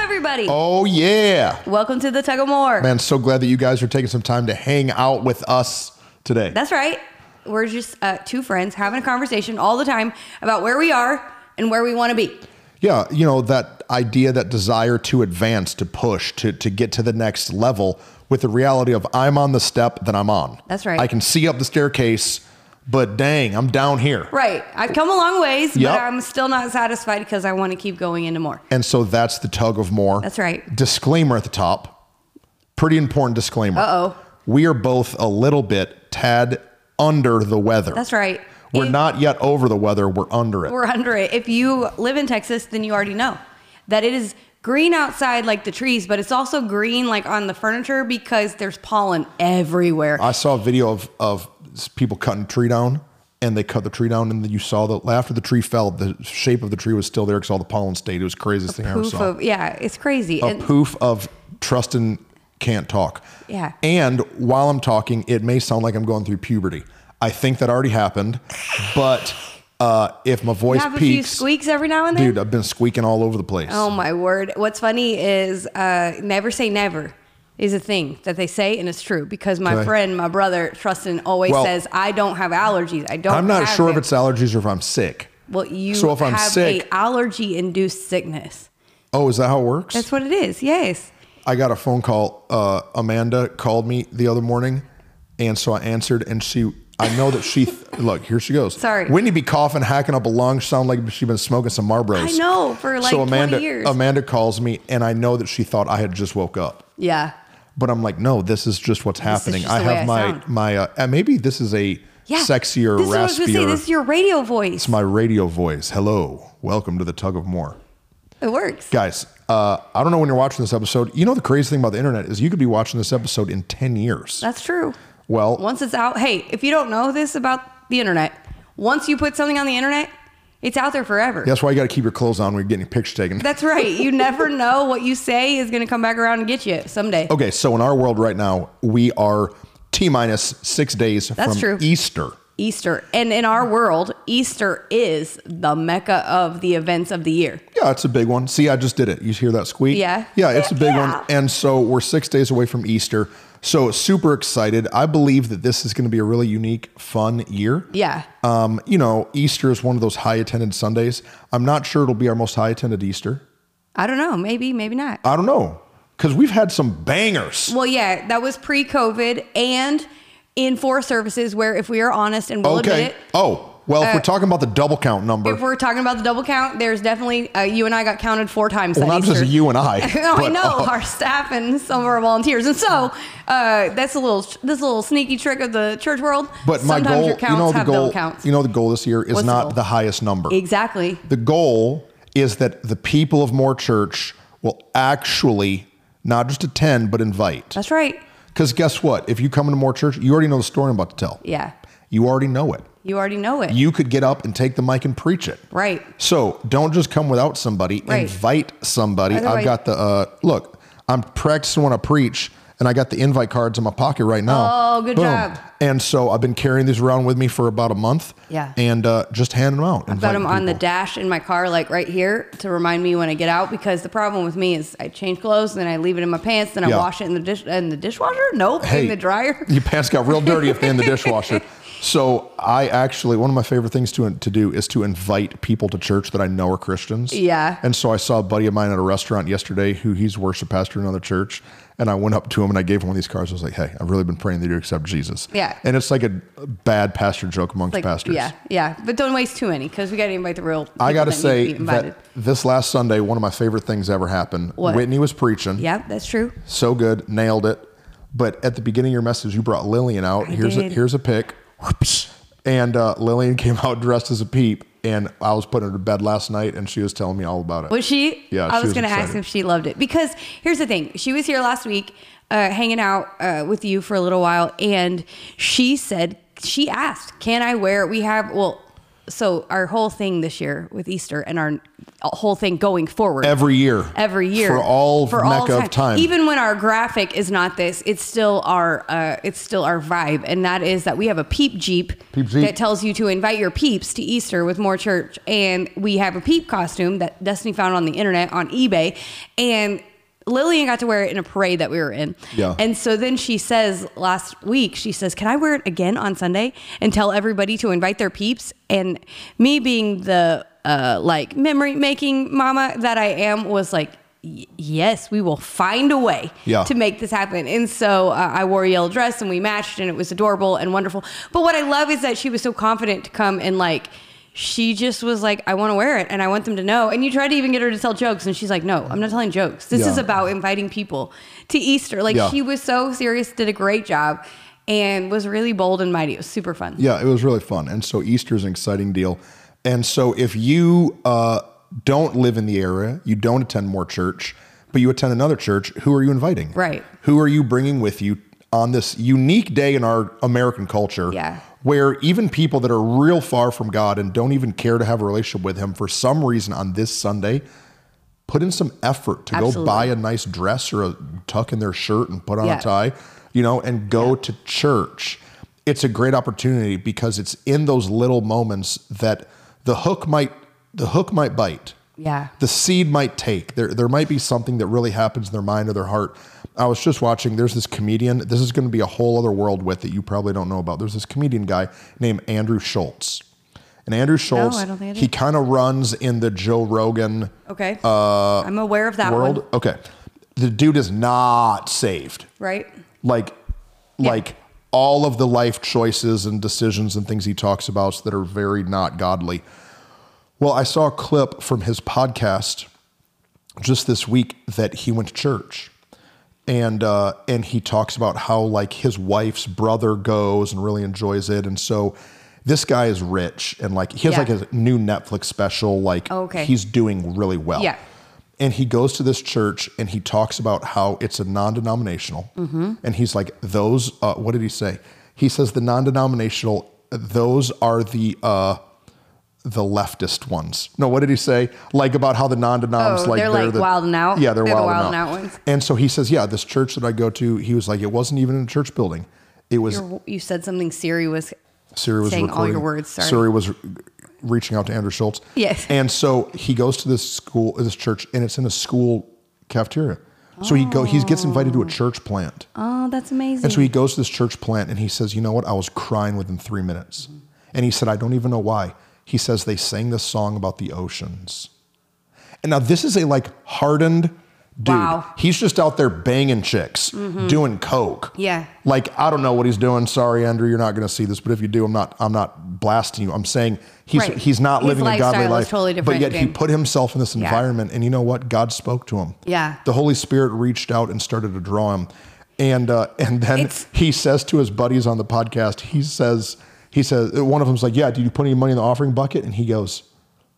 everybody. Oh yeah, Welcome to the Tug of War. man! So glad that you guys are taking some time to hang out with us today. That's right. We're just uh, two friends having a conversation all the time about where we are and where we want to be. yeah, you know that idea, that desire to advance, to push, to to get to the next level. With the reality of I'm on the step that I'm on. That's right. I can see up the staircase, but dang, I'm down here. Right. I've come a long ways, Yep. but I'm still not satisfied because I want to keep going into more. And so that's the tug of more. That's right. Disclaimer at the top. Pretty important disclaimer. Uh-oh. We are both a little bit tad under the weather. That's right. We're If- not yet over the weather. We're under it. We're under it. If you live in Texas, then you already know that it is green outside like the trees, but it's also green like on the furniture because there's pollen everywhere. I saw a video of, of s- people cutting a tree down and they cut the tree down and then you saw that after the tree fell, the shape of the tree was still there because all the pollen stayed. It was the craziest thing I ever Poof saw. of, yeah, it's crazy. a And- poof of Trustin can't talk. Yeah. And while I'm talking, it may sound like I'm going through puberty. I think that already happened, but uh, if my voice have a few peaks, squeaks every now and then. dude, I've been squeaking all over the place. Oh my word. What's funny is uh, never say never is a thing that they say and it's true because my Okay. friend, my brother Trustin always Well, says I don't have allergies. I don't I'm not have sure them." if it's allergies or if I'm sick. well you so if I'm have sick- a allergy induced sickness. Oh, is that how it works? That's what it is. Yes. I got a phone call. Uh, Amanda called me the other morning, and so I answered, and she. I know that she. look, here she goes. Sorry. Whitney be coughing, hacking up a lung. Sound like she's been smoking some Marlboros. I know, for, like, so 20 Amanda, years. Amanda calls me, and I know that she thought I had just woke up. Yeah. But I'm like, no, this is just what's happening. just I the way have I my sound. my. Uh, and maybe this is a Yeah. sexier, this is what I was gonna say. raspier. This is your radio voice. it's my radio voice. Hello, welcome to the tug of more. It works. Guys, uh, I don't know when you're watching this episode. You know the crazy thing about the internet is you could be watching this episode in 10 years. That's true. well, Once it's out, hey, if you don't know this about the internet, once you put something on the internet, it's out there forever. that's why you got to keep your clothes on when you're getting your picture taken. That's right. You never know what you say is going to come back around and get you someday. okay, so in our world right now, we are T minus six days That's from true. Easter. Easter. And in our world, Easter is the mecca of the events of the year. Yeah, it's a big one. See, I just did it. You hear that squeak? Yeah. Yeah, it's a big Yeah. one. And so we're six days away from Easter. So super excited. I believe that this is going to be a really unique, fun year. Yeah. Um, you know, Easter is one of those high attended Sundays. I'm not sure it'll be our most high attended Easter. I don't know. Maybe, maybe not. I don't know. Because we've had some bangers. Well, yeah, that was pre COVID and in four services where, if we are honest and we'll okay. admit it, Uh, Oh, well, if we're talking about the double count number, if we're talking about the double count, there's definitely, uh, you and I got counted four times. well, that not Easter. just you and I. No, Oh, I but, know uh, our staff and some of our volunteers, and so uh, that's a little this little sneaky trick of the church world. but my Sometimes goal, your counts you know, the have goal, double counts. you know, the goal this year is What's the not goal? the, highest number. exactly. The goal is that the people of More Church will actually not just attend but invite. That's right. Because guess what? If you come into More Church, you already know the story I'm about to tell. Yeah, You already know it. you already know it. You could get up and take the mic and preach it. right. So don't just come without somebody. Right. Invite somebody. I've Otherwise- got the uh, look. I'm practicing when I preach, and I got the invite cards in my pocket right now. Oh, good job. And so I've been carrying these around with me for about a month. Yeah. And uh, just handing them out. I've got them on the dash in my car, like right here, to remind me when I get out. Because the problem with me is I change clothes, then I leave it in my pants, then I Yeah. wash it in the dish in the dishwasher. Nope, in the dryer. Your pants got real dirty if they're in the dishwasher. So I actually one of my favorite things to to do is to invite people to church that I know are Christians. Yeah. And so I saw a buddy of mine at a restaurant yesterday who he's worship pastor in another church, and I went up to him and I gave him one of these cards. I was like, "Hey, I've really been praying that you accept Jesus." Yeah. And it's like a bad pastor joke amongst Like, pastors. yeah, yeah, but don't waste too many because we got to invite the real. I people that got to need say be invited. that this last Sunday, one of my favorite things ever happened. What? Whitney was preaching. yeah, that's true. So good, nailed it. But at the beginning of your message, you brought Lillian out. here's a did. here's a pic. And uh, Lillian came out dressed as a peep, and I was putting her to bed last night, and she was telling me all about it. Was she? Yeah, I she was, was going to ask excited. if she loved it because here's the thing: she was here last week, uh, hanging out uh, with you for a little while, and she said she asked, "Can I wear?" We have well, so our whole thing this year with Easter and our whole thing going forward every year, every year for all for all mecca of time. Even when our graphic is not this, it's still our uh, it's still our vibe, and that is that we have a peep jeep, Peep Jeep. that tells you to invite your peeps to Easter with more church, and we have a peep costume that Destiny found on the internet on eBay, and Lillian got to wear it in a parade that we were in. Yeah. And so then she says last week, she says, Can I wear it again on Sunday and tell everybody to invite their peeps? And me being the uh, like memory making mama that I am was like, "Y- Yes, we will find a way Yeah. to make this happen. And so uh, I wore a yellow dress and we matched and it was adorable and wonderful. But what I love is that she was so confident to come and like, she just was like, I want to wear it and I want them to know. And you tried to even get her to tell jokes and she's like, no, I'm not telling jokes. This is Yeah. about inviting people to Easter. Like Yeah. she was so serious, did a great job and was really bold and mighty. It was super fun. Yeah, it was really fun. And so Easter's an exciting deal. And so if you uh, don't live in the area, you don't attend more church, but you attend another church, who are you inviting? Right. Who are you bringing with you on this unique day in our American culture? Yeah. Where even people that are real far from God and don't even care to have a relationship with Him for some reason on this Sunday, put in some effort to go Absolutely. buy a nice dress or a, tuck in their shirt and put on Yeah. a tie, you know, and go to church. It's a great opportunity because it's in those little moments that the hook might the hook might bite. Yeah. The seed might take. There there might be something that really happens in their mind or their heart. I was just watching there's this comedian, this is going to be a whole other world with that you probably don't know about. There's this comedian guy named Andrew Schultz. And Andrew Schultz, I don't think I he did. kind of runs in the Joe Rogan Okay. Uh, I'm aware of that world. one. Okay. The dude is not saved. Right. Like like all of the life choices and decisions and things he talks about that are very not godly. Well, I saw a clip from his podcast just this week that he went to church. And uh, and he talks about how like his wife's brother goes and really enjoys it. And so this guy is rich and like he has Yeah. like his new Netflix special, like Oh, okay. he's doing really well. Yeah. And he goes to this church and he talks about how it's a non denominational. Mm-hmm. And he's like, those, uh, what did he say? He says the non denominational, those are the, uh, the leftist ones. No, what did he say? Like about how the non-denoms Oh, like they're, like, the, wild and out? Yeah, they're, They're the wild, wild and out. and out ones? And so he says, yeah, this church that I go to, he was like, it wasn't even in a church building. It was You're, you said something Siri was. Siri was Saying all recording- your words, sorry. Siri was re- reaching out to Andrew Schultz. Yes. And so he goes to this school, this church, and it's in a school cafeteria. So he go, he gets invited to a church plant, Oh, that's amazing. and so he goes to this church plant, and he says, "You know what? I was crying within three minutes," and he said, "I don't even know why." He says they sang this song about the oceans, and now this is a like hardened dude. Wow. Mm-hmm. He's just out there banging chicks, doing coke yeah. like I don't know what he's doing. Sorry, Andrew, you're not going to see this, but if you do, I'm not. I'm not blasting you. I'm saying he's Right. he's not His living a lifestyle godly is life. totally but different yet he than- put himself in this Yeah. environment, and you know what? God spoke to him. Yeah. the Holy Spirit reached out and started to draw him, and uh, and then It's- he says to his buddies on the podcast, he says he says one of them's like, yeah, did you put any money in the offering bucket? And he goes,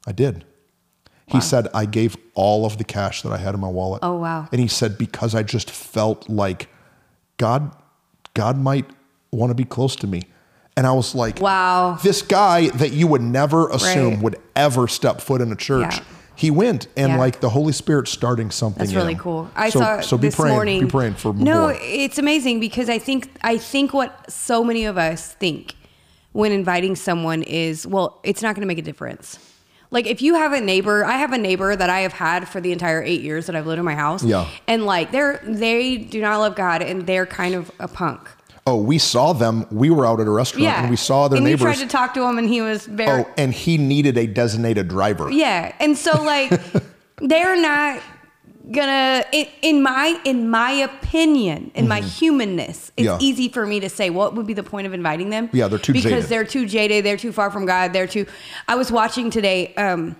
I did. He said, I gave all of the cash that I had in my wallet. Oh, wow. And he said, because I just felt like God, God might want to be close to me. And I was like, Wow. This guy that you would never assume Right. would ever step foot in a church. Yeah. He went and Yeah. like the Holy Spirit starting something. That's in really him. cool. I so, saw so be this praying, morning. Be praying for no, more. it's amazing because I think I think what so many of us think when inviting someone is, well, it's not going to make a difference. Like if you have a neighbor, I have a neighbor that I have had for the entire eight years that I've lived in my house. Yeah. and like they're they do not love God and they're kind of a punk. Oh, we saw them. We were out at a restaurant Yeah, and we saw their and neighbors. You tried to talk to him and he was very oh, and he needed a designated driver. Yeah, and so like they're not gonna in, in my in my opinion in my humanness it's Mm-hmm. Yeah. easy for me to say what would be the point of inviting them Yeah, they're too because jaded. they're too jaded they're too far from god they're too i was watching today um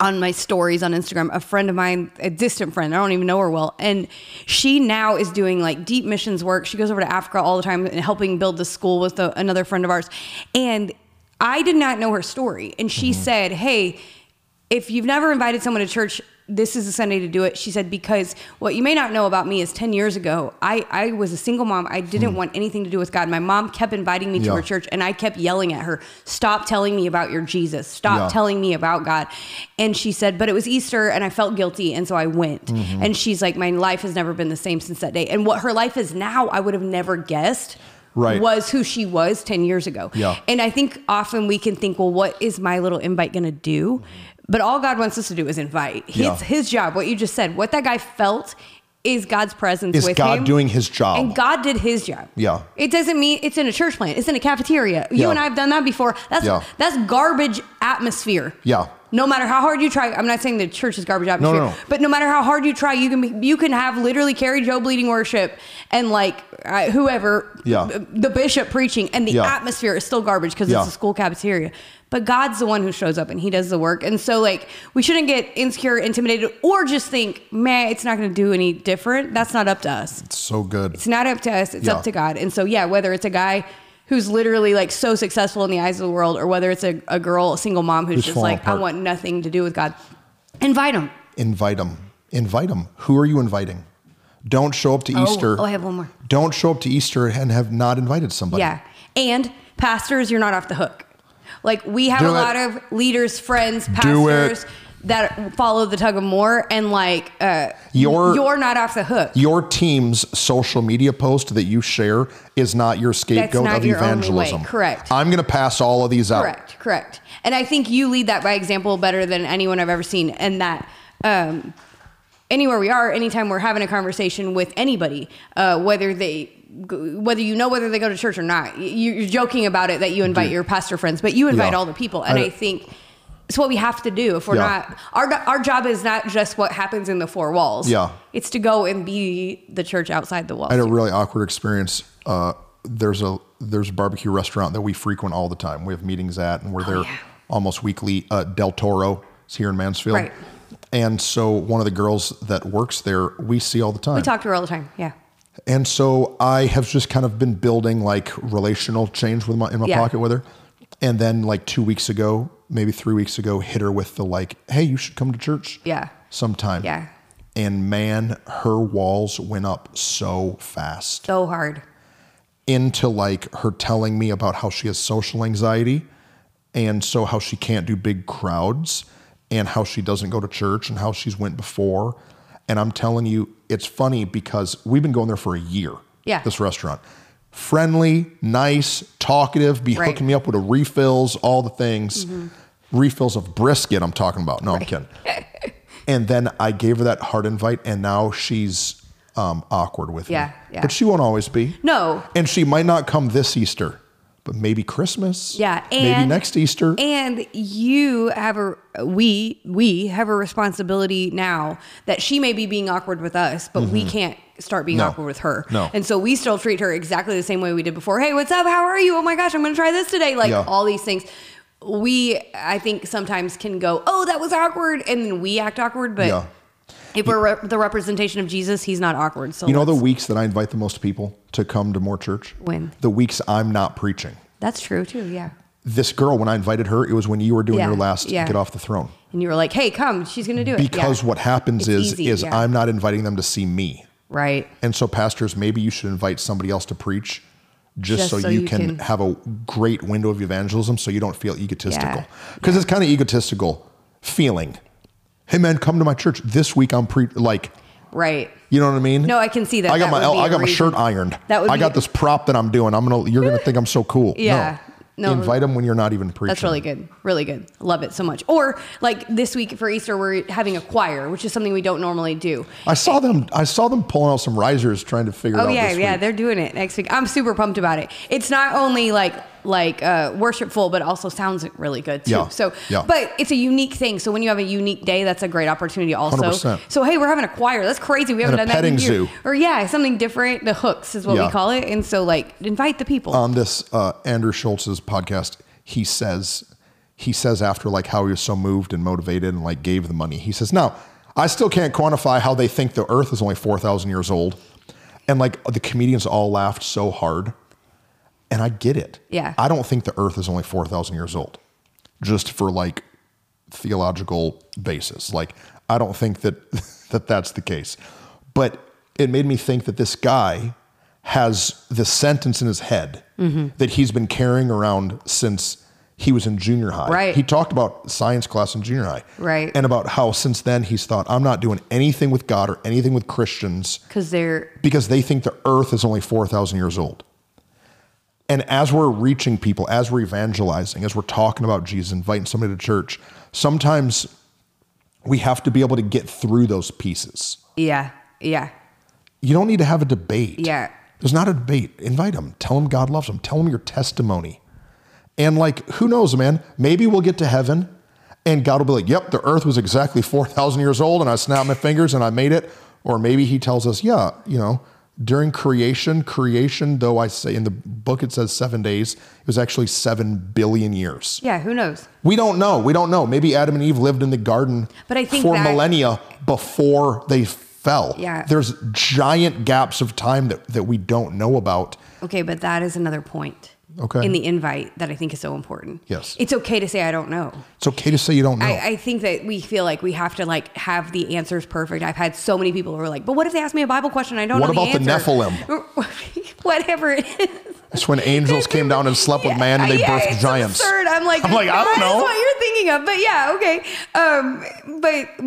on my stories on Instagram, a friend of mine, a distant friend, I don't even know her well, and she now is doing like deep missions work. She goes over to Africa all the time and helping build the school with the, another friend of ours. And I did not know her story, and she Mm-hmm. said, "Hey, if you've never invited someone to church, this is a Sunday to do it. She said, because what you may not know about me is 10 years ago, I, I was a single mom. I didn't want anything to do with God. My mom kept inviting me to Hmm. Yeah. her church and I kept yelling at her, stop telling me about your Jesus. Stop Yeah. telling me about God. And she said, but it was Easter and I felt guilty. And so I went. Mm-hmm. And she's like, my life has never been the same since that day. And what her life is now, I would have never guessed. Right. Was who she was 10 years ago. Yeah. And I think often we can think, well, what is my little invite going to do? But all God wants us to do is invite. He- Yeah. It's his job, what you just said, what that guy felt is God's presence Is with God him. doing his job? And God did his job. Yeah. It doesn't mean it's in a church plant. It's in a cafeteria. You Yeah. and I have done that before. That's Yeah. that's garbage atmosphere. Yeah. No matter how hard you try, I'm not saying the church is garbage atmosphere, no. but no matter how hard you try, you can be, you can have literally Carrie Joe bleeding worship and like uh, whoever uh, Yeah. the bishop preaching and the Yeah. atmosphere is still garbage because Yeah. it's a school cafeteria. But God's the one who shows up and he does the work. And so like we shouldn't get insecure, intimidated or just think, "Man, it's not going to do any different. That's not up to us." It's so good. It's not up to us. It's Yeah. up to God. And so, yeah, whether it's a guy who's literally like so successful in the eyes of the world, or whether it's a, a girl, a single mom who's, Who's just falling like, apart. I want nothing to do with God, invite him. invite them. Invite them. Who are you inviting? Don't show up to Easter. oh, I have one more. Don't show up to Easter and have not invited somebody. Yeah. And pastors, you're not off the hook. Like we have Do a it. lot of leaders, friends, Do it. pastors that follow the tug of war, and like uh, Your- you're not off the hook. Your team's social media post that you share is not your scapegoat not of your only way. evangelism. Correct. I'm going to pass all of these out. Correct, correct. And I think you lead that by example better than anyone I've ever seen. And that um, anywhere we are, anytime we're having a conversation with anybody, uh, whether they go- whether you know whether they go to church or not, y- you're joking about it that you invite Dude. your pastor friends, but you invite Yeah. all the people. And I- I, think it's what we have to do if we're Yeah. not our our job is not just what happens in the four walls. Yeah. it's to go and be the church outside the walls. I had a really awkward experience. Uh, there's a there's a barbecue restaurant that we frequent all the time. We have meetings at, and we're there Oh, yeah. almost weekly. Uh, Del Toro is here in Mansfield, Right. and so one of the girls that works there we see all the time. we talk to her all the time. Yeah. And so I have just kind of been building like relational change with my in my Yeah. pocket with her. And then like two weeks ago, maybe three weeks ago, hit her with the like, hey, you should come to church. Yeah. Sometime. Yeah. And man, her walls went up so fast So hard. into like her telling me about how she has social anxiety and so how she can't do big crowds and how she doesn't go to church and how she's went before and i'm telling you it's funny because we've been going there for a year Yeah. this restaurant friendly nice talkative be Right. Mm-hmm. hooking me up with a refills all the things refills of brisket i'm talking about no i'm kidding and then i gave her that heart invite and now she's um, awkward with Yeah, me yeah. but she won't always be No, and she might not come this Easter, but maybe Christmas. Yeah, maybe and- next Easter. And you have a we we have a responsibility now that she may be being awkward with us, but we can't start being Mm-hmm. No. awkward with her. No. And so we still treat her exactly the same way we did before. Hey, what's up? How are you? Oh my gosh, I'm going to try this today. Like Yeah. all these things. We I think sometimes can go, "Oh, that was awkward." And then we act awkward, but Yeah. if we're re- the representation of Jesus, he's not awkward. So you know the let's- weeks that I invite the most people to come to more church? When? The weeks I'm not preaching. That's true too, yeah. This girl, when I invited her, it was when you were doing Yeah, your last yeah. get off the throne. And you were like, "Hey, come. She's going to do it." Yeah. Because what happens It's is easy, is yeah. I'm not inviting them to see me. right. And so pastors, maybe you should invite somebody else to preach just, so, you, can, have a great window of evangelism so you don't feel egotistical. Because it's kind of egotistical feeling. Hey man, come to my church. This week I'm pre like Right. You know what I mean? No, I can see that. I got That would my be I a got my reason. shirt ironed. That would I be- got this prop that I'm doing. I'm gonna you're gonna think I'm so cool. Yeah. No. No. Invite them when you're not even preaching. That's really good. Really good. Love it so much. Or like this week for Easter, we're having a choir, which is something we don't normally do. I saw them. I saw them pulling out some risers, trying to figure it Oh out. yeah, this yeah, week. they're doing it next week. I'm super pumped about it. It's not only like like uh, worshipful, but also sounds really good too. Yeah, So, yeah. but it's a unique thing. So when you have a unique day, that's a great opportunity also. 100%. So hey, we're having a choir. That's crazy. We haven't And a done that in petting years. zoo. Or yeah, something different. The hooks is what Yeah. we call it. And so like invite the people. on this uh, Andrew Schultz's podcast, he says he says after like how he was so moved and motivated and like gave the money. He says, "Now, I still can't quantify how they think the Earth is only four thousand years old," and like the comedians all laughed so hard, and I get it. Yeah. I don't think the Earth is only four thousand years old, just for like theological basis. Like I don't think that that that's the case. But it made me think that this guy has this sentence in his head Mm-hmm. that he's been carrying around since he was in junior high. Right. He talked about science class in junior high. Right. And about how since then he's thought, I'm not doing anything with God or anything with Christians Cause they're because they think the earth is only 4,000 years old. And as we're reaching people, as we're evangelizing, as we're talking about Jesus, inviting somebody to church, sometimes we have to be able to get through those pieces. yeah, yeah. You don't need to have a debate. Yeah. There's not a debate. Invite them. Tell them God loves them. Tell them your testimony. And like, who knows, man? Maybe we'll get to heaven and God will be like, yep, the earth was exactly 4,000 years old and I snapped my fingers and I made it. Or maybe he tells us, yeah, you know, during creation, creation, though I say in the book it says seven days, it was actually seven billion years. Yeah, who knows? We don't know. We don't know. Maybe Adam and Eve lived in the garden But I think for that- millennia before they fell. Yeah. There's giant gaps of time that, that we don't know about. Okay, but that is another point. Okay. In the invite that I think is so important. Yes. It's okay to say I don't know. It's okay to say you don't know. I, I think that we feel like we have to like have the answers perfect. I've had so many people who are like, but what if they ask me a Bible question? I don't What know. about the answer?" Whatever it is. That's when angels came down and slept with man and they Yeah, birthed it's giants. Absurd. I'm like, I'm like, I don't that is know. what you're thinking of, but yeah, okay. Um,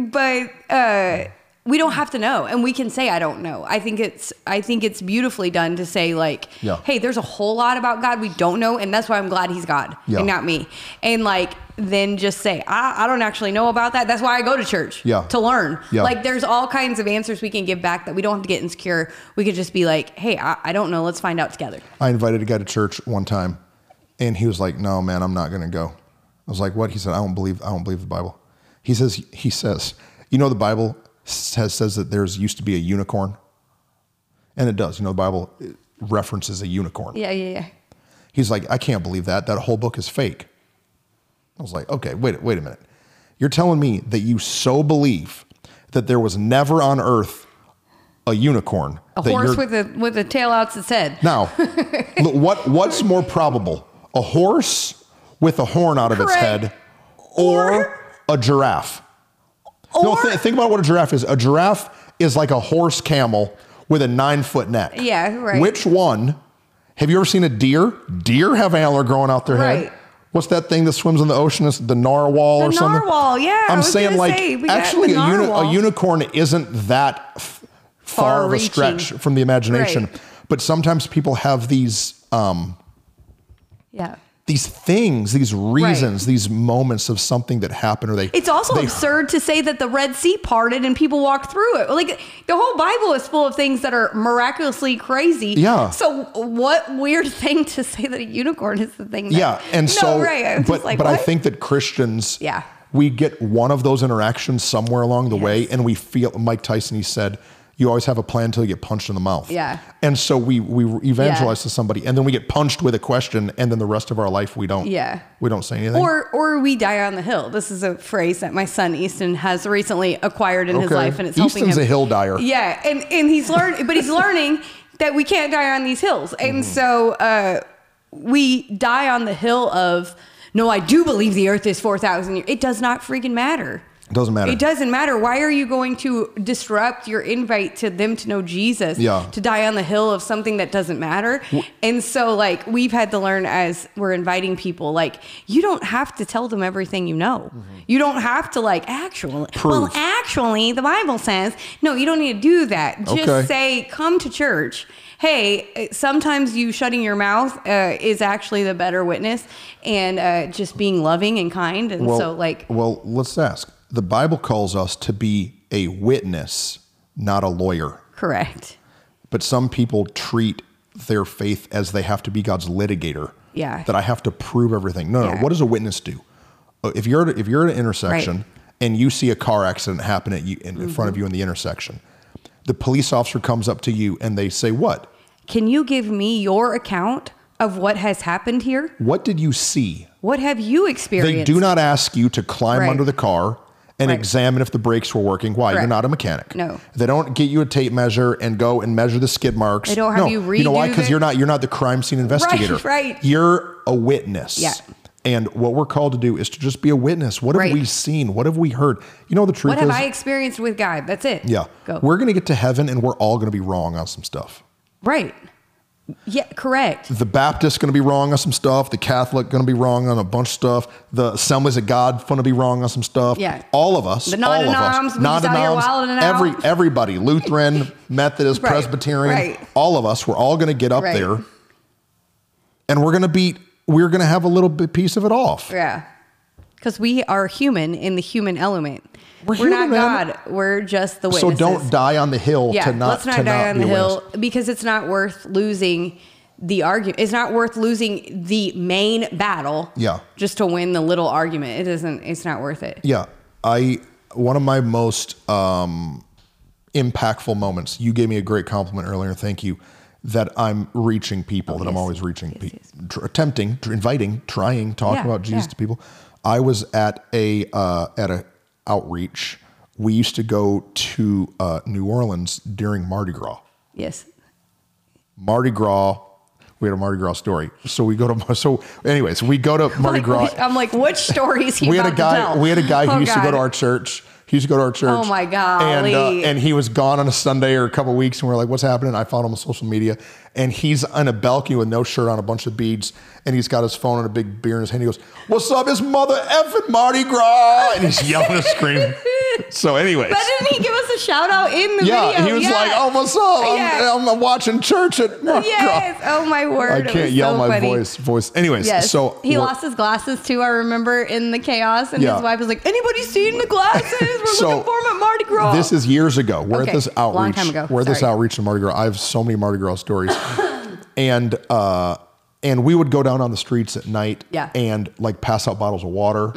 but but uh, we don't have to know, and we can say I don't know. I think it's I think it's beautifully done to say like, Yeah. hey, there's a whole lot about God we don't know, and that's why I'm glad He's God Yeah. and not me. And like, then just say I, I don't actually know about that. That's why I go to church. Yeah. to learn. Yeah. Like, there's all kinds of answers we can give back that we don't have to get insecure. We could just be like, hey, I, I don't know. Let's find out together. I invited a guy to church one time, and he was like, "No, man, I'm not going to go." I was like, "What?" He said, "I don't believe. I don't believe the Bible." He says, "He says, you know, the Bible says says that there's used to be a unicorn, and it does. You know, the Bible references a unicorn." Yeah, yeah, yeah. He's like, I can't believe that. That whole book is fake. I was like, okay, wait, wait a minute. You're telling me that you so believe that there was never on earth a unicorn. A that horse you're- with a with a tail out its head. now, look, what what's more probable? A horse with a horn out of its Correct. head, or, a giraffe? no, Or- thi- think about what a giraffe is. A giraffe is like a horse camel with a nine foot neck. Yeah, right. Which one? Have you ever seen a deer? Deer have antler growing out their Right. head. What's that thing that swims in the ocean? It's the narwhal The or something. narwhal, yeah, I I'm was saying gonna like say, we got actually a, the uni- a narwhal. unicorn isn't that f- far of a Far-reaching. stretch from the imagination. Right. But sometimes people have these um, Yeah. these things, these reasons, these moments of something that happened, or they. It's also they- absurd to say that the Red Sea parted and people walked through it. Like the whole Bible is full of things that are miraculously crazy. Yeah. So what weird thing to say that a unicorn is the thing? That, Yeah, and no, so, right. I'm but just like, but I what? think that Christians, Yeah. we get one of those interactions somewhere along the way, and we feel. Mike Tyson, he said, "You always have a plan until you get punched in the mouth." Yeah. and so we we evangelize to somebody, and then we get punched with a question, and then the rest of our life we don't. Yeah. we don't say anything. Or or we die on the hill. This is a phrase that my son Easton has recently acquired in his Okay. life, and it's Easton's helping him. a hill dyer. Yeah, and and he's learned, but he's learning that we can't die on these hills, and so uh, we die on the hill of no. I do believe the Earth is four thousand years. It does not freaking matter. It doesn't matter. It doesn't matter. Why are you going to disrupt your invite to them to know Jesus? Yeah. To die on the hill of something that doesn't matter. And so, like, we've had to learn as we're inviting people, like, you don't have to tell them everything you know. Mm-hmm. You don't have to, like, actually, well, Prove. actually, the Bible says, no, you don't need to do that. Just Okay. say, come to church. Hey, eh, sometimes you shutting your mouth uh, is actually the better witness, and uh, just being loving and kind. And so, like, well, let's ask. The Bible calls us to be a witness, not a lawyer. correct. But some people treat their faith as they have to be God's litigator. Yeah. That I have to prove everything. No, Yeah. no. What does a witness do? Uh, If you're at- if you're at an intersection Right. Mm-hmm. and you see a car accident happen at you in, in front of you in the intersection, the police officer comes up to you and they say, "What? Can you give me your account of what has happened here? What did you see?" What have you experienced? They do not ask you to climb Right. under the car and Right. examine if the brakes were working. Why? You're Correct. not a mechanic. No. They don't get you a tape measure and go and measure the skid marks. They don't have no. you You know why? redo Because the- you're not you're not the crime scene investigator. right. You're a witness. Yeah. And what we're called to do is to just be a witness. What have Right. we seen? What have we heard? You know the truth What have is. I experienced with God? That's it. yeah. Go. We're gonna get to heaven and we're all gonna be wrong on some stuff. right. Yeah, correct. the Baptist going to be wrong on some stuff. The Catholic going to be wrong on a bunch of stuff. The Assemblies of God going to be wrong on some stuff. Yeah. all of us. The all of non-denoms, us. we just out here Non-denoms, wilding it Every out. everybody, Lutheran, Methodist, Right, Presbyterian, right. all of us. We're all going to get up Right. there, and we're going to be. We're going to have a little bit piece of it off. Yeah. Because we are human in the human element. We're We're not human, man. God. We're just the witnesses. So don't die on the hill yeah, to not let's to not die on be the a hill witness. because it's not worth losing the argument. It's not worth losing the main battle. Yeah. Just to win the little argument, it isn't. It's not worth it. Yeah. I one of my most um impactful moments. You gave me a great compliment earlier. Thank you. That I'm reaching people. that I'm Oh, yes. always reaching, Yes, pe- yes. tr- attempting, tr- inviting, trying, talking Yeah, about Jesus yeah. to people. I was at a uh, at a outreach. We used to go to uh, New Orleans during Mardi Gras. Yes. Mardi Gras. We had a Mardi Gras story. So we go to so anyways, we go to Mardi Like, Gras. I'm like, which stories he we had about a guy To tell? we had a guy who Oh, used to go God. to our church. He used to go to our church. Oh, my And uh, golly. and he was gone on a Sunday or a couple weeks, and we are like, "What's happening?" I found him on social media, and he's on a balcony with no shirt on, a bunch of beads, and he's got his phone and a big beer in his hand. He goes, "What's up, his mother effing Mardi Gras?" And he's yelling and screaming. So, anyways, But didn't he give us a shout out in the yeah, video? he was Yeah. like, "Oh, what's up? I'm, Yeah. I'm watching church at Mardi Gras." Yes. Oh my word. I It can't was yell so my funny. voice. Voice. Anyways, Yes. so he we're- lost his glasses too. I remember in the chaos, and Yeah. his wife was like, "Anybody seen the glasses? We're looking for him at Mardi Gras." This is years ago. We're at Okay, this long outreach. time ago. We're at this Sorry. outreach in Mardi Gras. I have so many Mardi Gras stories, and uh, and we would go down on the streets at night, Yeah. Mm-hmm. and like pass out bottles of water,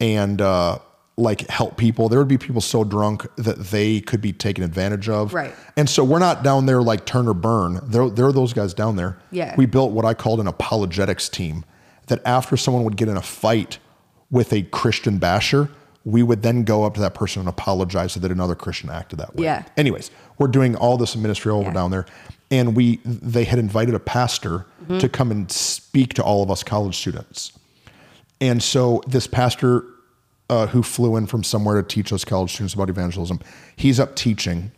and uh, like help people. There would be people so drunk that they could be taken advantage of, Right. And so we're not down there like turn or burn. There, there are those guys down there. Yeah. we built what I called an apologetics team. That after someone would get in a fight with a Christian basher, we would then go up to that person and apologize so that another Christian acted that way. Yeah. Anyways, we're doing all this ministry over Yeah. down there, and we they had invited a pastor Mm-hmm. to come and speak to all of us college students. And so this pastor uh, who flew in from somewhere to teach us college students about evangelism, he's up teaching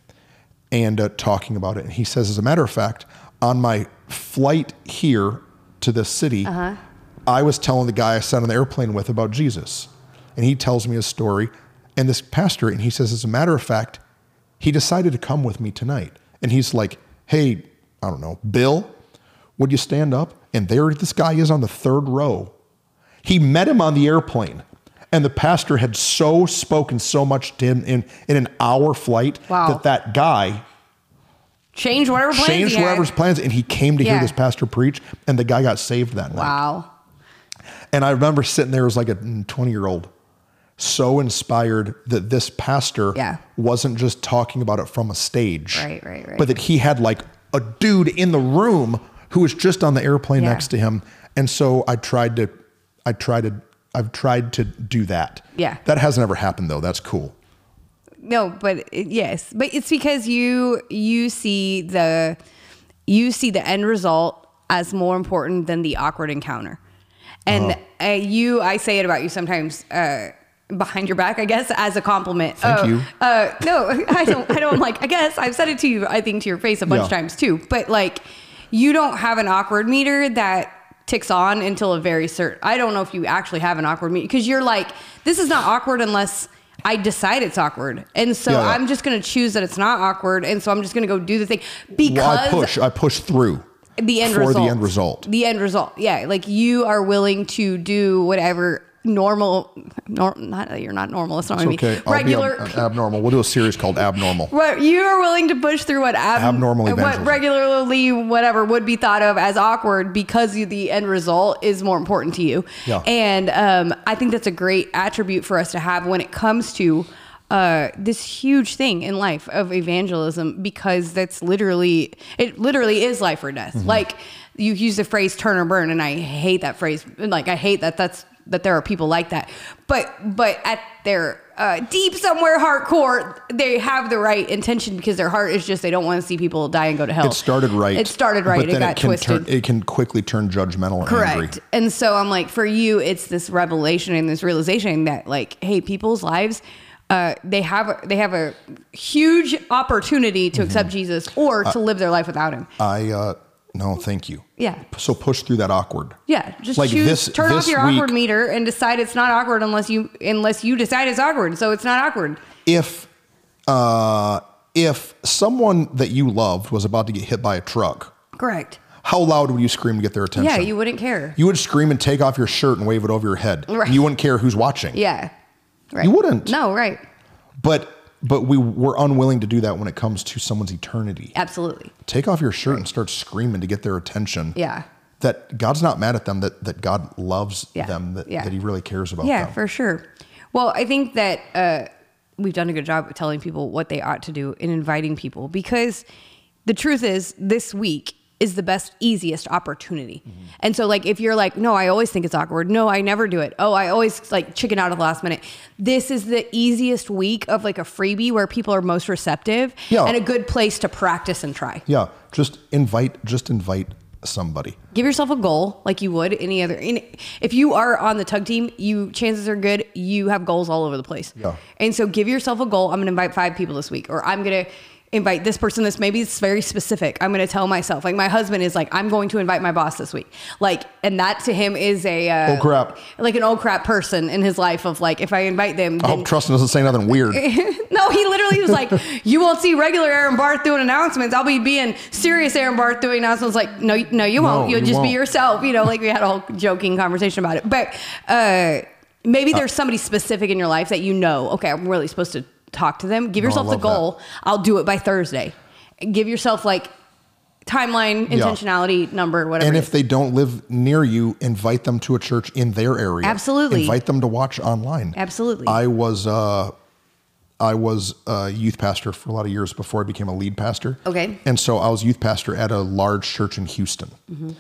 and uh, talking about it. And he says, as a matter of fact, on my flight here to this city, I was telling the guy I sat on the airplane with about Jesus. And he tells me a story. And this pastor, and he says, as a matter of fact, he decided to come with me tonight. And he's like, hey, I don't know, Bill, would you stand up? And there this guy is on the third row. He met him on the airplane. And the pastor had so spoken so much to him in, in an hour flight Wow. that that guy change whatever plans. changed he had. whatever his plans and he came to hear Yeah. this pastor preach and the guy got saved that night. Wow. And I remember sitting there as like a 20 year old, so inspired that this pastor Yeah. wasn't just talking about it from a stage, Right, right, right. but that he had like a dude in the room who was just on the airplane Yeah. next to him. And so I tried to, I tried to, I've tried to do that. Yeah. That hasn't ever happened though. That's cool. No, but it, yes, but it's because you you see the you see the end result as more important than the awkward encounter, and Uh-huh. uh, you I say it about you sometimes uh, behind your back, I guess, as a compliment. Thank oh, you. Uh, no, I don't. I don't like. I guess I've said it to you. I think to your face a bunch of Yeah. times too. But like, you don't have an awkward meter that ticks on until a very certain. I don't know if you actually have an awkward meter because you're like, this is not awkward unless I decide it's awkward, and so Yeah, yeah. I'm just gonna choose that it's not awkward, and so I'm just gonna go do the thing because Well, I push, I push through the end for result. the end result. The end result. Yeah, like you are willing to do whatever normal, nor, not that you're not normal. It's not It's what I okay. mean. Regular. I'll be uh, ab- abnormal. We'll do a series called Abnormal. Right, you are willing to push through what ab- Abnormal what evangelism. regularly whatever would be thought of as awkward because you, the end result is more important to you. Yeah. And um, I think that's a great attribute for us to have when it comes to uh, this huge thing in life of evangelism because that's literally it literally is life or death. Like you use the phrase turn or burn, and I hate that phrase. And, Like I hate that that's that there are people like that. But but at their uh, deep somewhere hardcore, they have the right intention because their heart is just they don't want to see people die and go to hell. It started right. Oh. It started right. But it then got can twisted. Turn, it can quickly turn judgmental and Correct. angry. And so I'm like, for you, it's this revelation and this realization that like, hey, people's lives, uh, they have a, they have a huge opportunity to accept Mm-hmm. Jesus or Uh, to live their life without him. I uh, no, thank you. Yeah. So push through that awkward. Yeah, just Like choose, this- turn this off your awkward week- meter and decide it's not awkward unless you unless you decide it's awkward. So it's not awkward. If uh, if someone that you loved was about to get hit by a truck, Correct. how loud would you scream to get their attention? Yeah, you wouldn't care. You would scream and take off your shirt and wave it over your head. Right. You wouldn't care who's watching. yeah. Right. You wouldn't. No, right. But but we we're unwilling to do that when it comes to someone's eternity. Absolutely. Take off your shirt and start screaming to get their attention. Yeah. That God's not mad at them, that that God loves Yeah. them, that, Yeah. that he really cares about Yeah, them. for sure. Well, I think that uh, we've done a good job of telling people what they ought to do and inviting people because the truth is, this week is the best, easiest opportunity. Mm-hmm. And so, like, if you're like, no, I always think it's awkward. No, I never do it. Oh, I always like chicken out at the last minute. This is the easiest week of like a freebie where people are most receptive Yeah. and a good place to practice and try. yeah. Just invite just invite somebody. give yourself a goal like you would any other and if you are on the tug team you chances are good you have goals all over the place Yeah. and so give yourself a goal i'm gonna invite five people this week or i'm gonna invite this person this maybe it's very specific i'm gonna tell myself like my husband is like i'm going to invite my boss this week like and that to him is a uh, Oh crap. like an old crap person in his life of like if i invite them I then- hope Trustin doesn't say nothing weird. no, he literally was like, "You won't see regular Aaron Barth doing announcements. I'll be being serious Aaron Barth doing announcements." Like, no, no, you won't. you You'll just won't. be yourself. You know, like we had a whole joking conversation about it. But uh, maybe there's somebody specific in your life that you know. Okay, I'm really supposed to talk to them. Give I yourself the love that. goal. I'll do it by Thursday. Give yourself like timeline, Yeah. intentionality, number, whatever. And it if is. they don't live near you, invite them to a church in their area. Absolutely. Invite them to watch online. Absolutely. I was uh I was a youth pastor for a lot of years before I became a lead pastor. Okay. And so I was youth pastor at a large church in Houston. Mm-hmm.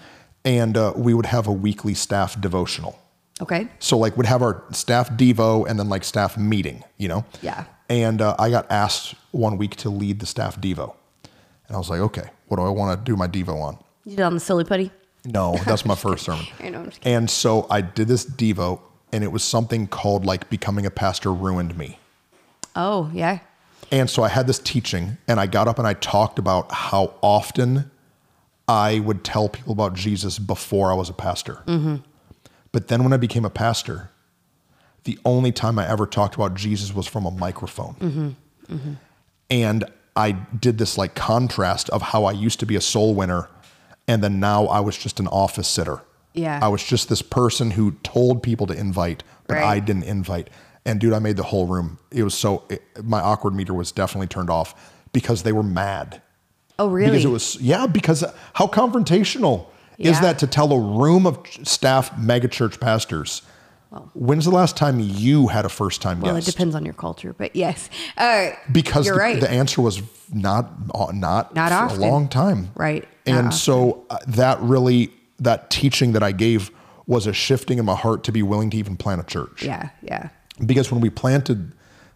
And uh, we would have a weekly staff devotional. okay, So like we'd have our staff devo and then like staff meeting, you know? Yeah. And uh, I got asked one week to lead the staff devo. And I was like, okay, what do I want to do my devo on? you did on the silly putty. No, that's my first sermon. I know, I'm just kidding. And so I did this Devo, and it was something called like becoming a pastor ruined me. Oh yeah, And so I had this teaching, and I got up and I talked about how often I would tell people about Jesus before I was a pastor. But then when I became a pastor, the only time I ever talked about Jesus was from a microphone. And I did this like contrast of how I used to be a soul winner, and then now I was just an office sitter. Yeah. I was just this person who told people to invite, but Right. I didn't invite. And dude, I made the whole room. It was so, it, my awkward meter was definitely turned off because they were mad. oh really? Because it was, yeah, because uh, how confrontational is Yeah. that to tell a room of ch- staff megachurch pastors? When's the last time you had a first time well, guest? it depends on your culture, but yes. Uh, Because You're the, right. the answer was not uh, not Not for often. a long time, Right. Not And often. so uh, that really that teaching that I gave was a shifting in my heart to be willing to even plant a church. yeah, yeah. Because when we planted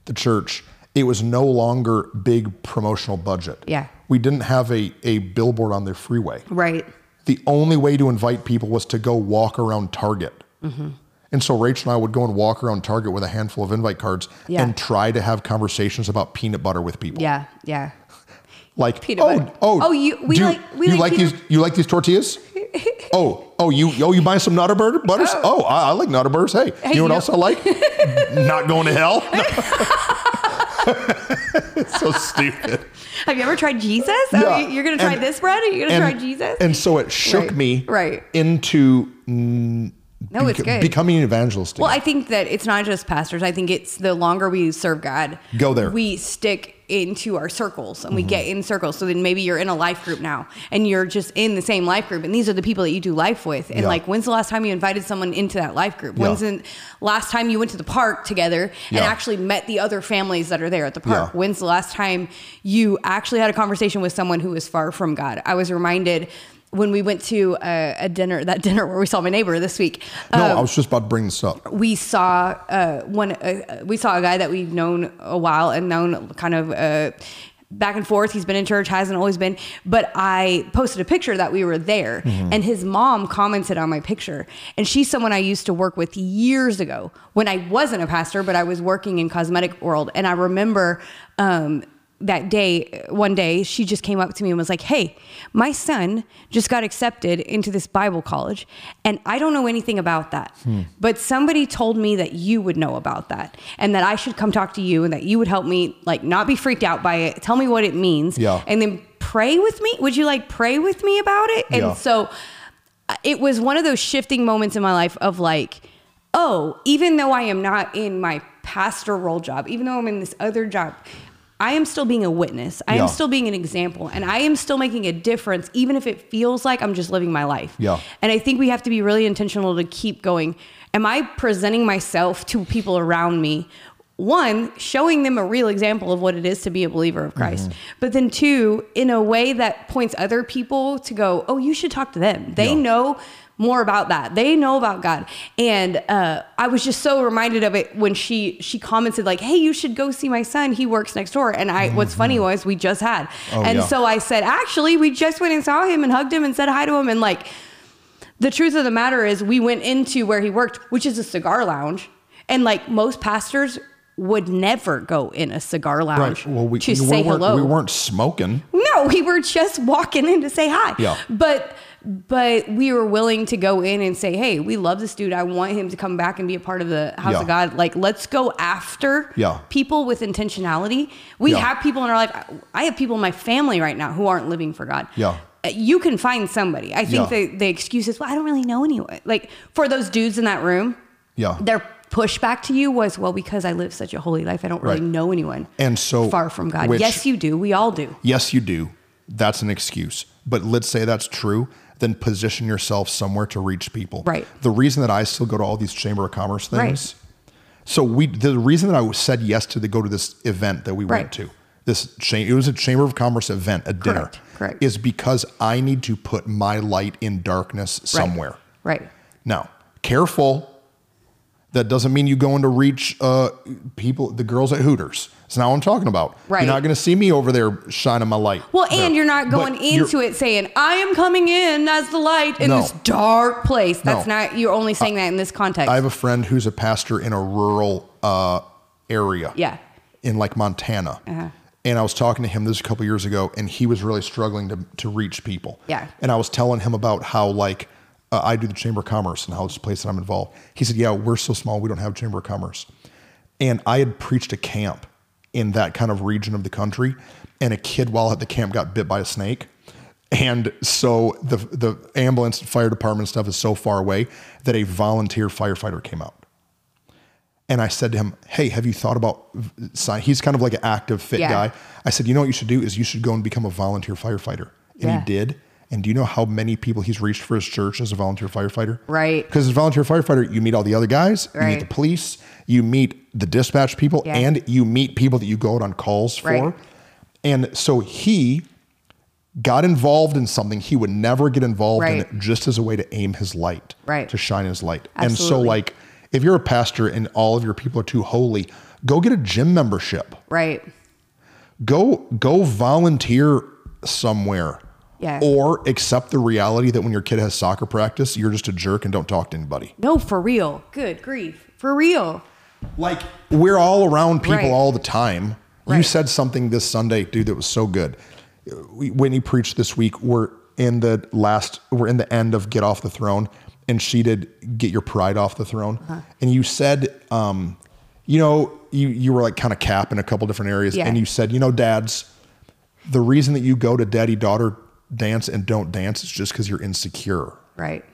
the church, it was no longer big promotional budget. Yeah. We didn't have a a billboard on the freeway. Right. the only way to invite people was to go walk around Target. Mm-hmm. And so Rachel and I would go and walk around Target with a handful of invite cards Yeah. and try to have conversations about peanut butter with people. Yeah. Yeah. Like Peanut oh, butter. oh, Oh, you- we do like- we you like like, peanut- these you like these tortillas? oh, oh, you oh you buy some Nutter Butter butters? Oh, I, I like Nutter Butters. Hey, you know you what know- else I like? Not going to hell. No. so stupid. Have you ever tried Jesus? Oh, Yeah. you- you're gonna try And- this bread? Are you gonna and, try Jesus? And so it shook Right. me Right. into no, it's bec- good. becoming an evangelist. well, I think that it's not just pastors. I think it's the longer we serve God, Go there. Mm-hmm. We stick into our circles and we get in circles. So then maybe you're in a life group now, and you're just in the same life group, and these are the people that you do life with. And Yeah. like, when's the last time you invited someone into that life group? Yeah. When's the last time you went to the park together and Yeah. actually met the other families that are there at the park? Yeah. When's the last time you actually had a conversation with someone who was far from God? I was reminded when we went to uh, a, a dinner, that dinner where we saw my neighbor this week. no, um, I was just about to bring this up. we saw uh, one. Uh, we saw a guy that we've known a while and known kind of uh, back and forth. He's been in church, hasn't always been. But I posted a picture that we were there, and his mom commented on my picture, and she's someone I used to work with years ago when I wasn't a pastor, but I was working in cosmetic world, and I remember. Um, that day, one day, she just came up to me and was like, Hey, my son just got accepted into this Bible college, and I don't know anything about that. Hmm. But somebody told me that you would know about that and that I should come talk to you and that you would help me, like, not be freaked out by it. Tell me what it means. Yeah. And then pray with me. Would you like pray with me about it? And Yeah. so uh, it was one of those shifting moments in my life of like, oh, even though I am not in my pastoral job, even though I'm in this other job, I am still being a witness. I Yeah. am still being an example, and I am still making a difference, even if it feels like I'm just living my life. Yeah. And I think we have to be really intentional to keep going. Am I presenting myself to people around me? One, showing them a real example of what it is to be a believer of Christ. Mm-hmm. But then, two, in a way that points other people to go, oh, you should talk to them. They Yeah. know more about that. They know about God. And uh, I was just so reminded of it when she she commented like, "Hey, you should go see my son. He works next door." And I, what's funny was we just had, Mm-hmm. Oh, and yeah. so I said, "Actually, we just went and saw him and hugged him and said hi to him and like." the truth of the matter is we went into where he worked which is a cigar lounge and like most pastors would never go in a cigar lounge Right. Well, we, to we say weren't, hello we weren't smoking. no we were just walking in to say hi Yeah. but but we were willing to go in and say hey we love this dude i want him to come back and be a part of the house Yeah. of god like let's go after Yeah. people with intentionality we Yeah. have people in our life i have people in my family right now who aren't living for god Yeah. uh, you can find somebody. I think Yeah. the, the excuse is, well, I don't really know anyone. Like for those dudes in that room, Yeah. their pushback to you was, well, because I live such a holy life, I don't really Right. know anyone. And so- far from God. which- yes, you do. We all do. Yes, you do. That's an excuse. But let's say that's true. Then position yourself somewhere to reach people. Right. The reason that I still go to all these chamber of commerce things. Right. So we the reason that I said yes to the, go to this event that we Right. went to this cha- it was a chamber of commerce event a dinner Correct, correct. is because I need to put my light in darkness somewhere. Right. Now, careful. That doesn't mean you going to reach uh, people, the girls at Hooters. It's not what I'm talking about. Right. You're not going to see me over there shining my light. Well, and there. you're not But going you're- into it saying, I am coming in as the light in No. this dark place. That's No. not, you're only saying that in this context. I have a friend who's a pastor in a rural uh, area. Yeah. Uh-huh. In like Montana. And I was talking to him this was a couple years ago, and he was really struggling to, to reach people. Yeah. And I was telling him about how, like, uh, I do the Chamber of Commerce and how it's a place that I'm involved. He said, Yeah, we're so small, we don't have Chamber of Commerce. And I had preached a camp in that kind of region of the country, and a kid while at the camp got bit by a snake. And so the the ambulance, fire department stuff is so far away that a volunteer firefighter came out. And I said to him, "Hey, have you thought about sign?" He's kind of like an active fit Yeah. guy. I said, "You know what you should do is you should go and become a volunteer firefighter." And Yeah. he did. And do you know how many people he's reached for his church as a volunteer firefighter? Right. Because as a volunteer firefighter, you meet all the other guys, you meet Right. the police, you meet the dispatch people, Yeah. and you meet people that you go out on calls for. Right. And so he got involved in something he would never get involved Right. in just as a way to aim his light Right. to shine his light and so Absolutely. like if you're a pastor and all of your people are too holy go get a gym membership right. go go volunteer somewhere Yeah. or accept the reality that when your kid has soccer practice you're just a jerk and don't talk to anybody No, for real. Good grief. For real. like we're all around people Right. all the time. You Right. said something this Sunday, dude, that was so good. We- Whitney preached this week. We're in the last, we're in the end of Get Off the Throne, and she did Get Your Pride Off the Throne. Uh-huh. And you said, um, you know, you you were like kind of capping a couple different areas, Yeah. and you said, you know, dads, the reason that you go to daddy daughter dance and don't dance is just because you're insecure. Right.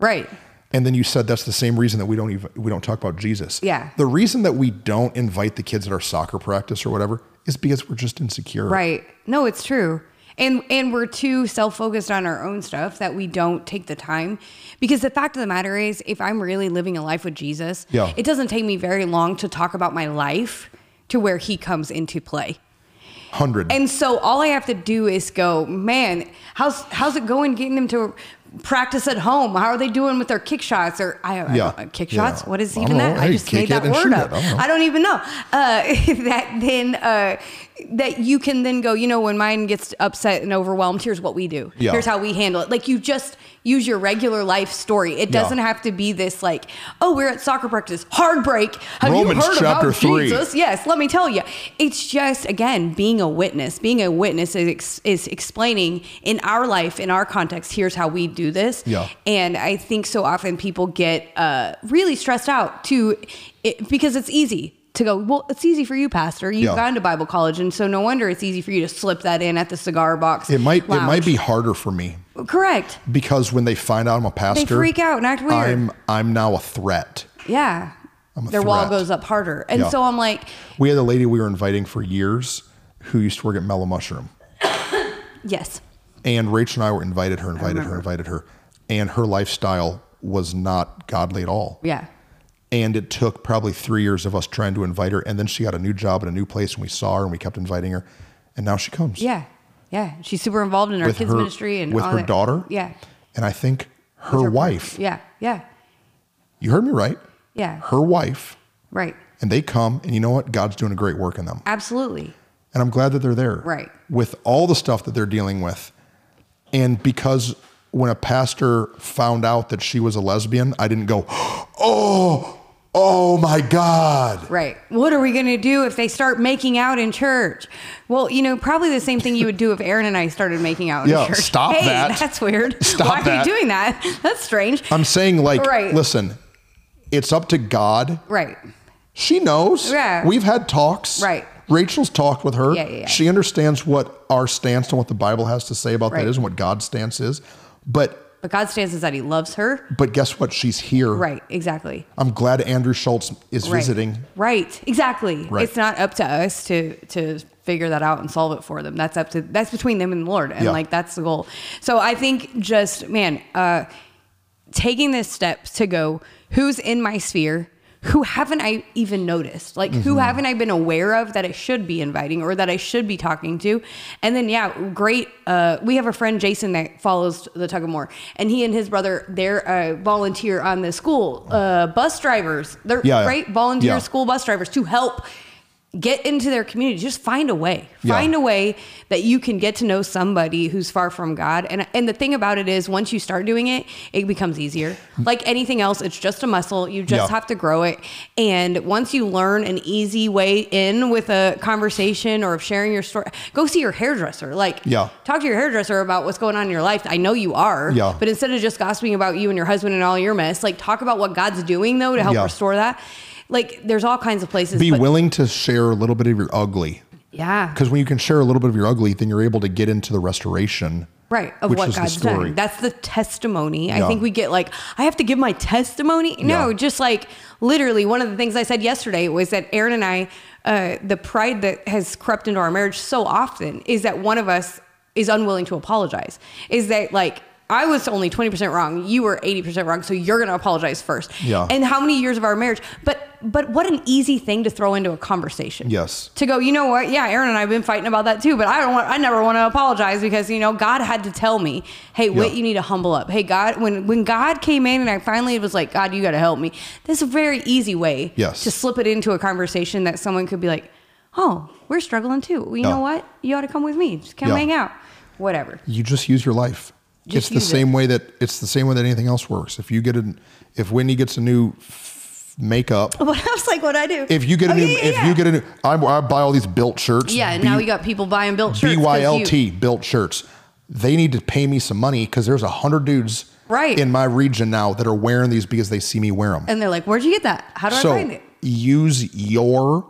Right. And then you said that's the same reason that we don't even we don't talk about Jesus. Yeah. The reason that we don't invite the kids at our soccer practice or whatever is because we're just insecure. Right. No, it's true. And and we're too self-focused on our own stuff that we don't take the time because the fact of the matter is if I'm really living a life with Jesus, Yeah. it doesn't take me very long to talk about my life to where he comes into play. Hundred. And so all I have to do is go, man, how's how's it going getting them to practice at home? How are they doing with their kick shots or I, I Yeah. don't- kick Yeah. shots? What is I even don't know. that? I Hey, just kick made it that and shoot word it. up. I don't know. I don't even know. Uh, that then uh, that you can then go, you know, when mine gets upset and overwhelmed, here's what we do. Yeah. Here's how we handle it. Like you just use your regular life story. It Yeah. doesn't have to be this like, oh, we're at soccer practice, hard break. Have Romans you heard chapter about three. Jesus? Yes, let me tell you. It's just again being a witness. Being a witness is ex- is explaining in our life, in our context. Here's how we do this. Yeah. And I think so often people get uh, really stressed out to it, because it's easy to go. Well, it's easy for you, Pastor. You've Yeah. gone to Bible college, and so no wonder it's easy for you to slip that in at the cigar box. it might it might lounge. be harder for me correct. because when they find out I'm a They pastor, freak out and act weird. I'm I'm now a threat. yeah. I'm a their wall threat. goes up harder. And Yeah. so I'm like, We had a lady we were inviting for years who used to work at Mellow Mushroom. yes. And Rach and I were invited her, invited her, invited her. And her lifestyle was not godly at all. Yeah. And it took probably three years of us trying to invite her. And then she got a new job at a new place and we saw her and we kept inviting her. And now she comes. Yeah. Yeah. She's super involved in our With kids her- ministry and with all her that. daughter? Yeah. And I think her, wife, Yeah. Yeah. you heard me right. Yeah. Her wife. Right. And they come and you know what? God's doing a great work in them. Absolutely. And I'm glad that they're there. Right. With all the stuff that they're dealing with. And because when a pastor found out that she was a lesbian, I didn't go, oh, oh my God. Right. What are we going to do if they start making out in church? Well, you know, probably the same thing you would do if Aaron and I started making out in Yeah, church. stop hey, that. That's weird. Stop Why are that. you doing that? That's strange. I'm saying, like, Right. listen, it's up to God. right. She knows. Yeah. We've had talks. Right. Rachel's talked with her. Yeah, yeah, yeah. She understands what our stance and what the Bible has to say about Right. that is and what God's stance is. But But God's stance is that He loves her. but guess what? She's here. Right. Exactly. I'm glad Andrew Schultz is Right. visiting. Right. Exactly. Right. It's not up to us to to figure that out and solve it for them. That's up to that's between them and the Lord. And Yeah. like that's the goal. So I think just man, uh taking this step to go, who's in my sphere? Who haven't I even noticed? Like Mm-hmm. who haven't I been aware of that I should be inviting or that I should be talking to? And then yeah, great. Uh, we have a friend Jason that follows the tug of war, and he and his brother they're uh, volunteer on the school uh, bus drivers. They're Yeah, yeah. right volunteer Yeah. school bus drivers to help get into their community just find a way Yeah. find a way that you can get to know somebody who's far from god and and the thing about it is once you start doing it it becomes easier like anything else it's just a muscle you just Mm. Yeah. have to grow it and once you learn an easy way in with a conversation or sharing your story go see your hairdresser like Yeah. talk to your hairdresser about what's going on in your life i know you are Yeah. but instead of just gossiping about you and your husband and all your mess like talk about what god's doing though to help Yeah. restore that like there's all kinds of places Be but- willing to share a little bit of your ugly. yeah. Because when you can share a little bit of your ugly, then you're able to get into the restoration. Right. Of which what is the God's story. done. That's the testimony. I Yeah. think we get like, I have to give my testimony. No, Yeah. just like literally one of the things I said yesterday was that Aaron and I, uh, the pride that has crept into our marriage so often is that one of us is unwilling to apologize. Is that like, I was only 20% wrong. You were 80% wrong. So you're going to apologize first. Yeah. And how many years of our marriage? But, but what an easy thing to throw into a conversation. Yes. to go, you know what? Yeah, Aaron and I have been fighting about that too, but I don't want, I never want to apologize because, you know, God had to tell me, hey, Whit, Yeah. you need to humble up. Hey, God, when, when God came in and I finally was like, God, you got to help me. This is a very easy way Yes. to slip it into a conversation that someone could be like, oh, we're struggling too. Well, you Yeah. know what? You ought to come with me. Just come Yeah. hang out. Whatever. You just use your life. Just it's the use it. same way that it's the same way that anything else works. If you get an if Wendy gets a new f- makeup, But I was like, what I do? if you get a Oh, new yeah, yeah, if yeah. you get a new I, I buy all these built shirts. yeah, and B- now you got people buying built shirts. 'cause you- BYLT built shirts. They need to pay me some money because there's a hundred dudes Right. in my region now that are wearing these because they see me wear them. And they're like, where'd you get that? How do I find so it? use your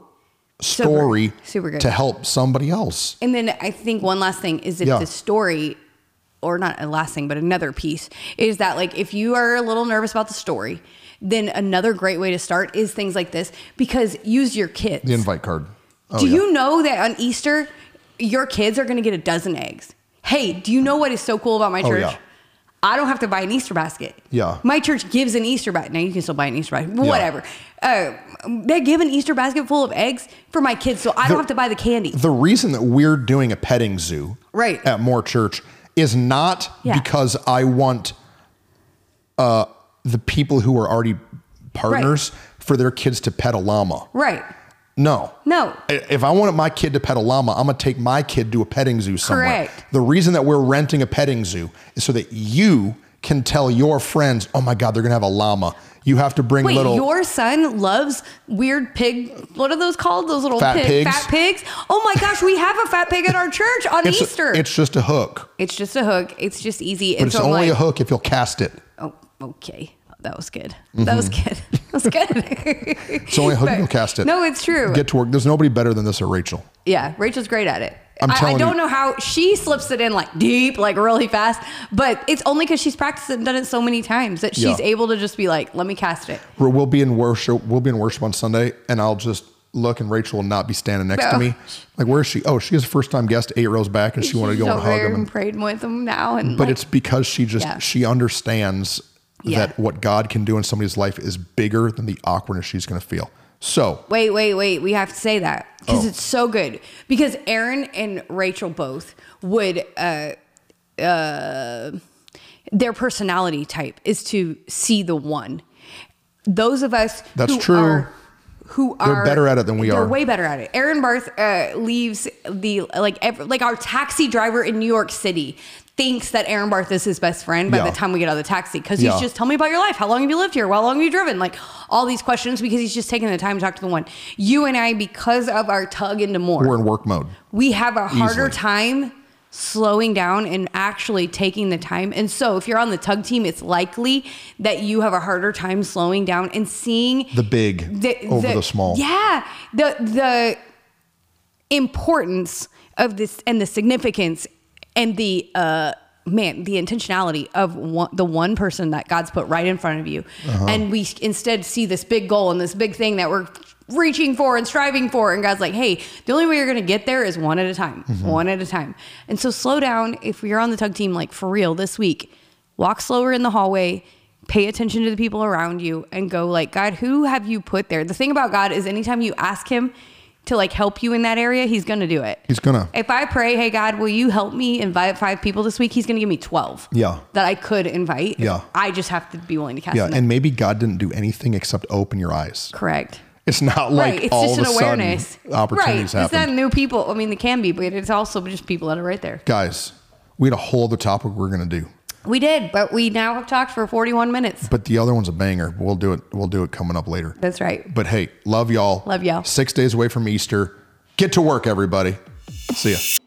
story super good. to help somebody else. And then I think one last thing is if Yeah. the story, or not a last thing, but another piece is that like if you are a little nervous about the story, then another great way to start is things like this because use your kids. The invite card. Oh, do yeah. you know that on Easter, your kids are going to get a dozen eggs? Hey, do you know what is so cool about my Oh, church? yeah. I don't have to buy an Easter basket. Yeah. My church gives an Easter basket. Now you can still buy an Easter basket, but whatever. Uh, they give an Easter basket full of eggs for my kids, so I The- don't have to buy the candy. the reason that we're doing a petting zoo Right. at Moore Church is not Yeah. because I want uh, the people who are already partners for their kids to pet a llama. right. No. No. I- If I wanted my kid to pet a llama, I'm gonna take my kid to a petting zoo somewhere. Correct. The reason that we're renting a petting zoo is so that you can tell your friends, "Oh my God, they're gonna have a llama." You have to bring Wait, little. your son loves weird pig. What are those called? Those little Fat pig, pigs? fat pigs. Oh my gosh, we have a fat pig at our church on it's, Easter. it's just a hook, It's just a hook. It's just easy. but it's I'm only like, a hook if you'll cast it. Oh, okay. That was good. That was good. That was good. Mm-hmm. It's only a hook if But- you'll cast it. No, it's true. Get to work. There's nobody better than this or Rachel. yeah, Rachel's great at it. I'm I, I telling don't you. know how she slips it in like deep, like really fast. But it's only because she's practiced it and done it so many times that she's Yeah. able to just be like, "Let me cast it." Or we'll be in worship. We'll be in worship on Sunday, and I'll just look, and Rachel will not be standing next to No. me. Like, where is she? Oh, she is a first time guest, eight rows back, and she wanted to go She's and over hug there him. and prayed with him now, and but like, it's because she just Yeah. she understands Yeah. that what God can do in somebody's life is bigger than the awkwardness she's going to feel. So Wait, wait, wait. We have to say that because Oh. it's so good. Because Aaron and Rachel both would, uh, uh, their personality type is to see the one. Those of us That's who true. are- who They're are better at it than we they're are. Way better at it. Aaron Barth uh, leaves the like ev- like our taxi driver in New York City thinks that Aaron Barth is his best friend by Yeah. the time we get out of the taxi because Yeah. he's just tell me about your life. How long have you lived here? How long have you driven? Like all these questions because he's just taking the time to talk to the one. You and I, because of our tug into more, we're in work mode. we have a harder Easily. time slowing down and actually taking the time. And so if you're on the tug team, it's likely that you have a harder time slowing down and seeing The big over the, small. yeah, the the importance of this and the significance and the uh man the intentionality of one, the one person that God's put right in front of you, and we instead see this big goal and this big thing that we're reaching for and striving for and God's like hey the only way you're going to get there is one at a time one at a time and so slow down if you're on the tug team like for real this week walk slower in the hallway pay attention to the people around you and go like god who have you put there the thing about god is anytime you ask him to like help you in that area he's gonna do it He's gonna. if i pray hey god will you help me invite five people this week he's gonna give me 12 Yeah. that i could invite Yeah. i just have to be willing to cast Yeah, them and maybe God didn't do anything except open your eyes. correct It's not like right it's all just of an a sudden awareness opportunities right it's happen. not new people i mean they can be but it's also just people that are right there Guys, we had a whole other topic we we're gonna do, we did but we now have talked for 41 minutes but the other one's a banger. We'll do it. We'll do it coming up later. that's right But hey, love y'all. Love y'all. Six days away from Easter. Get to work, everybody. See ya.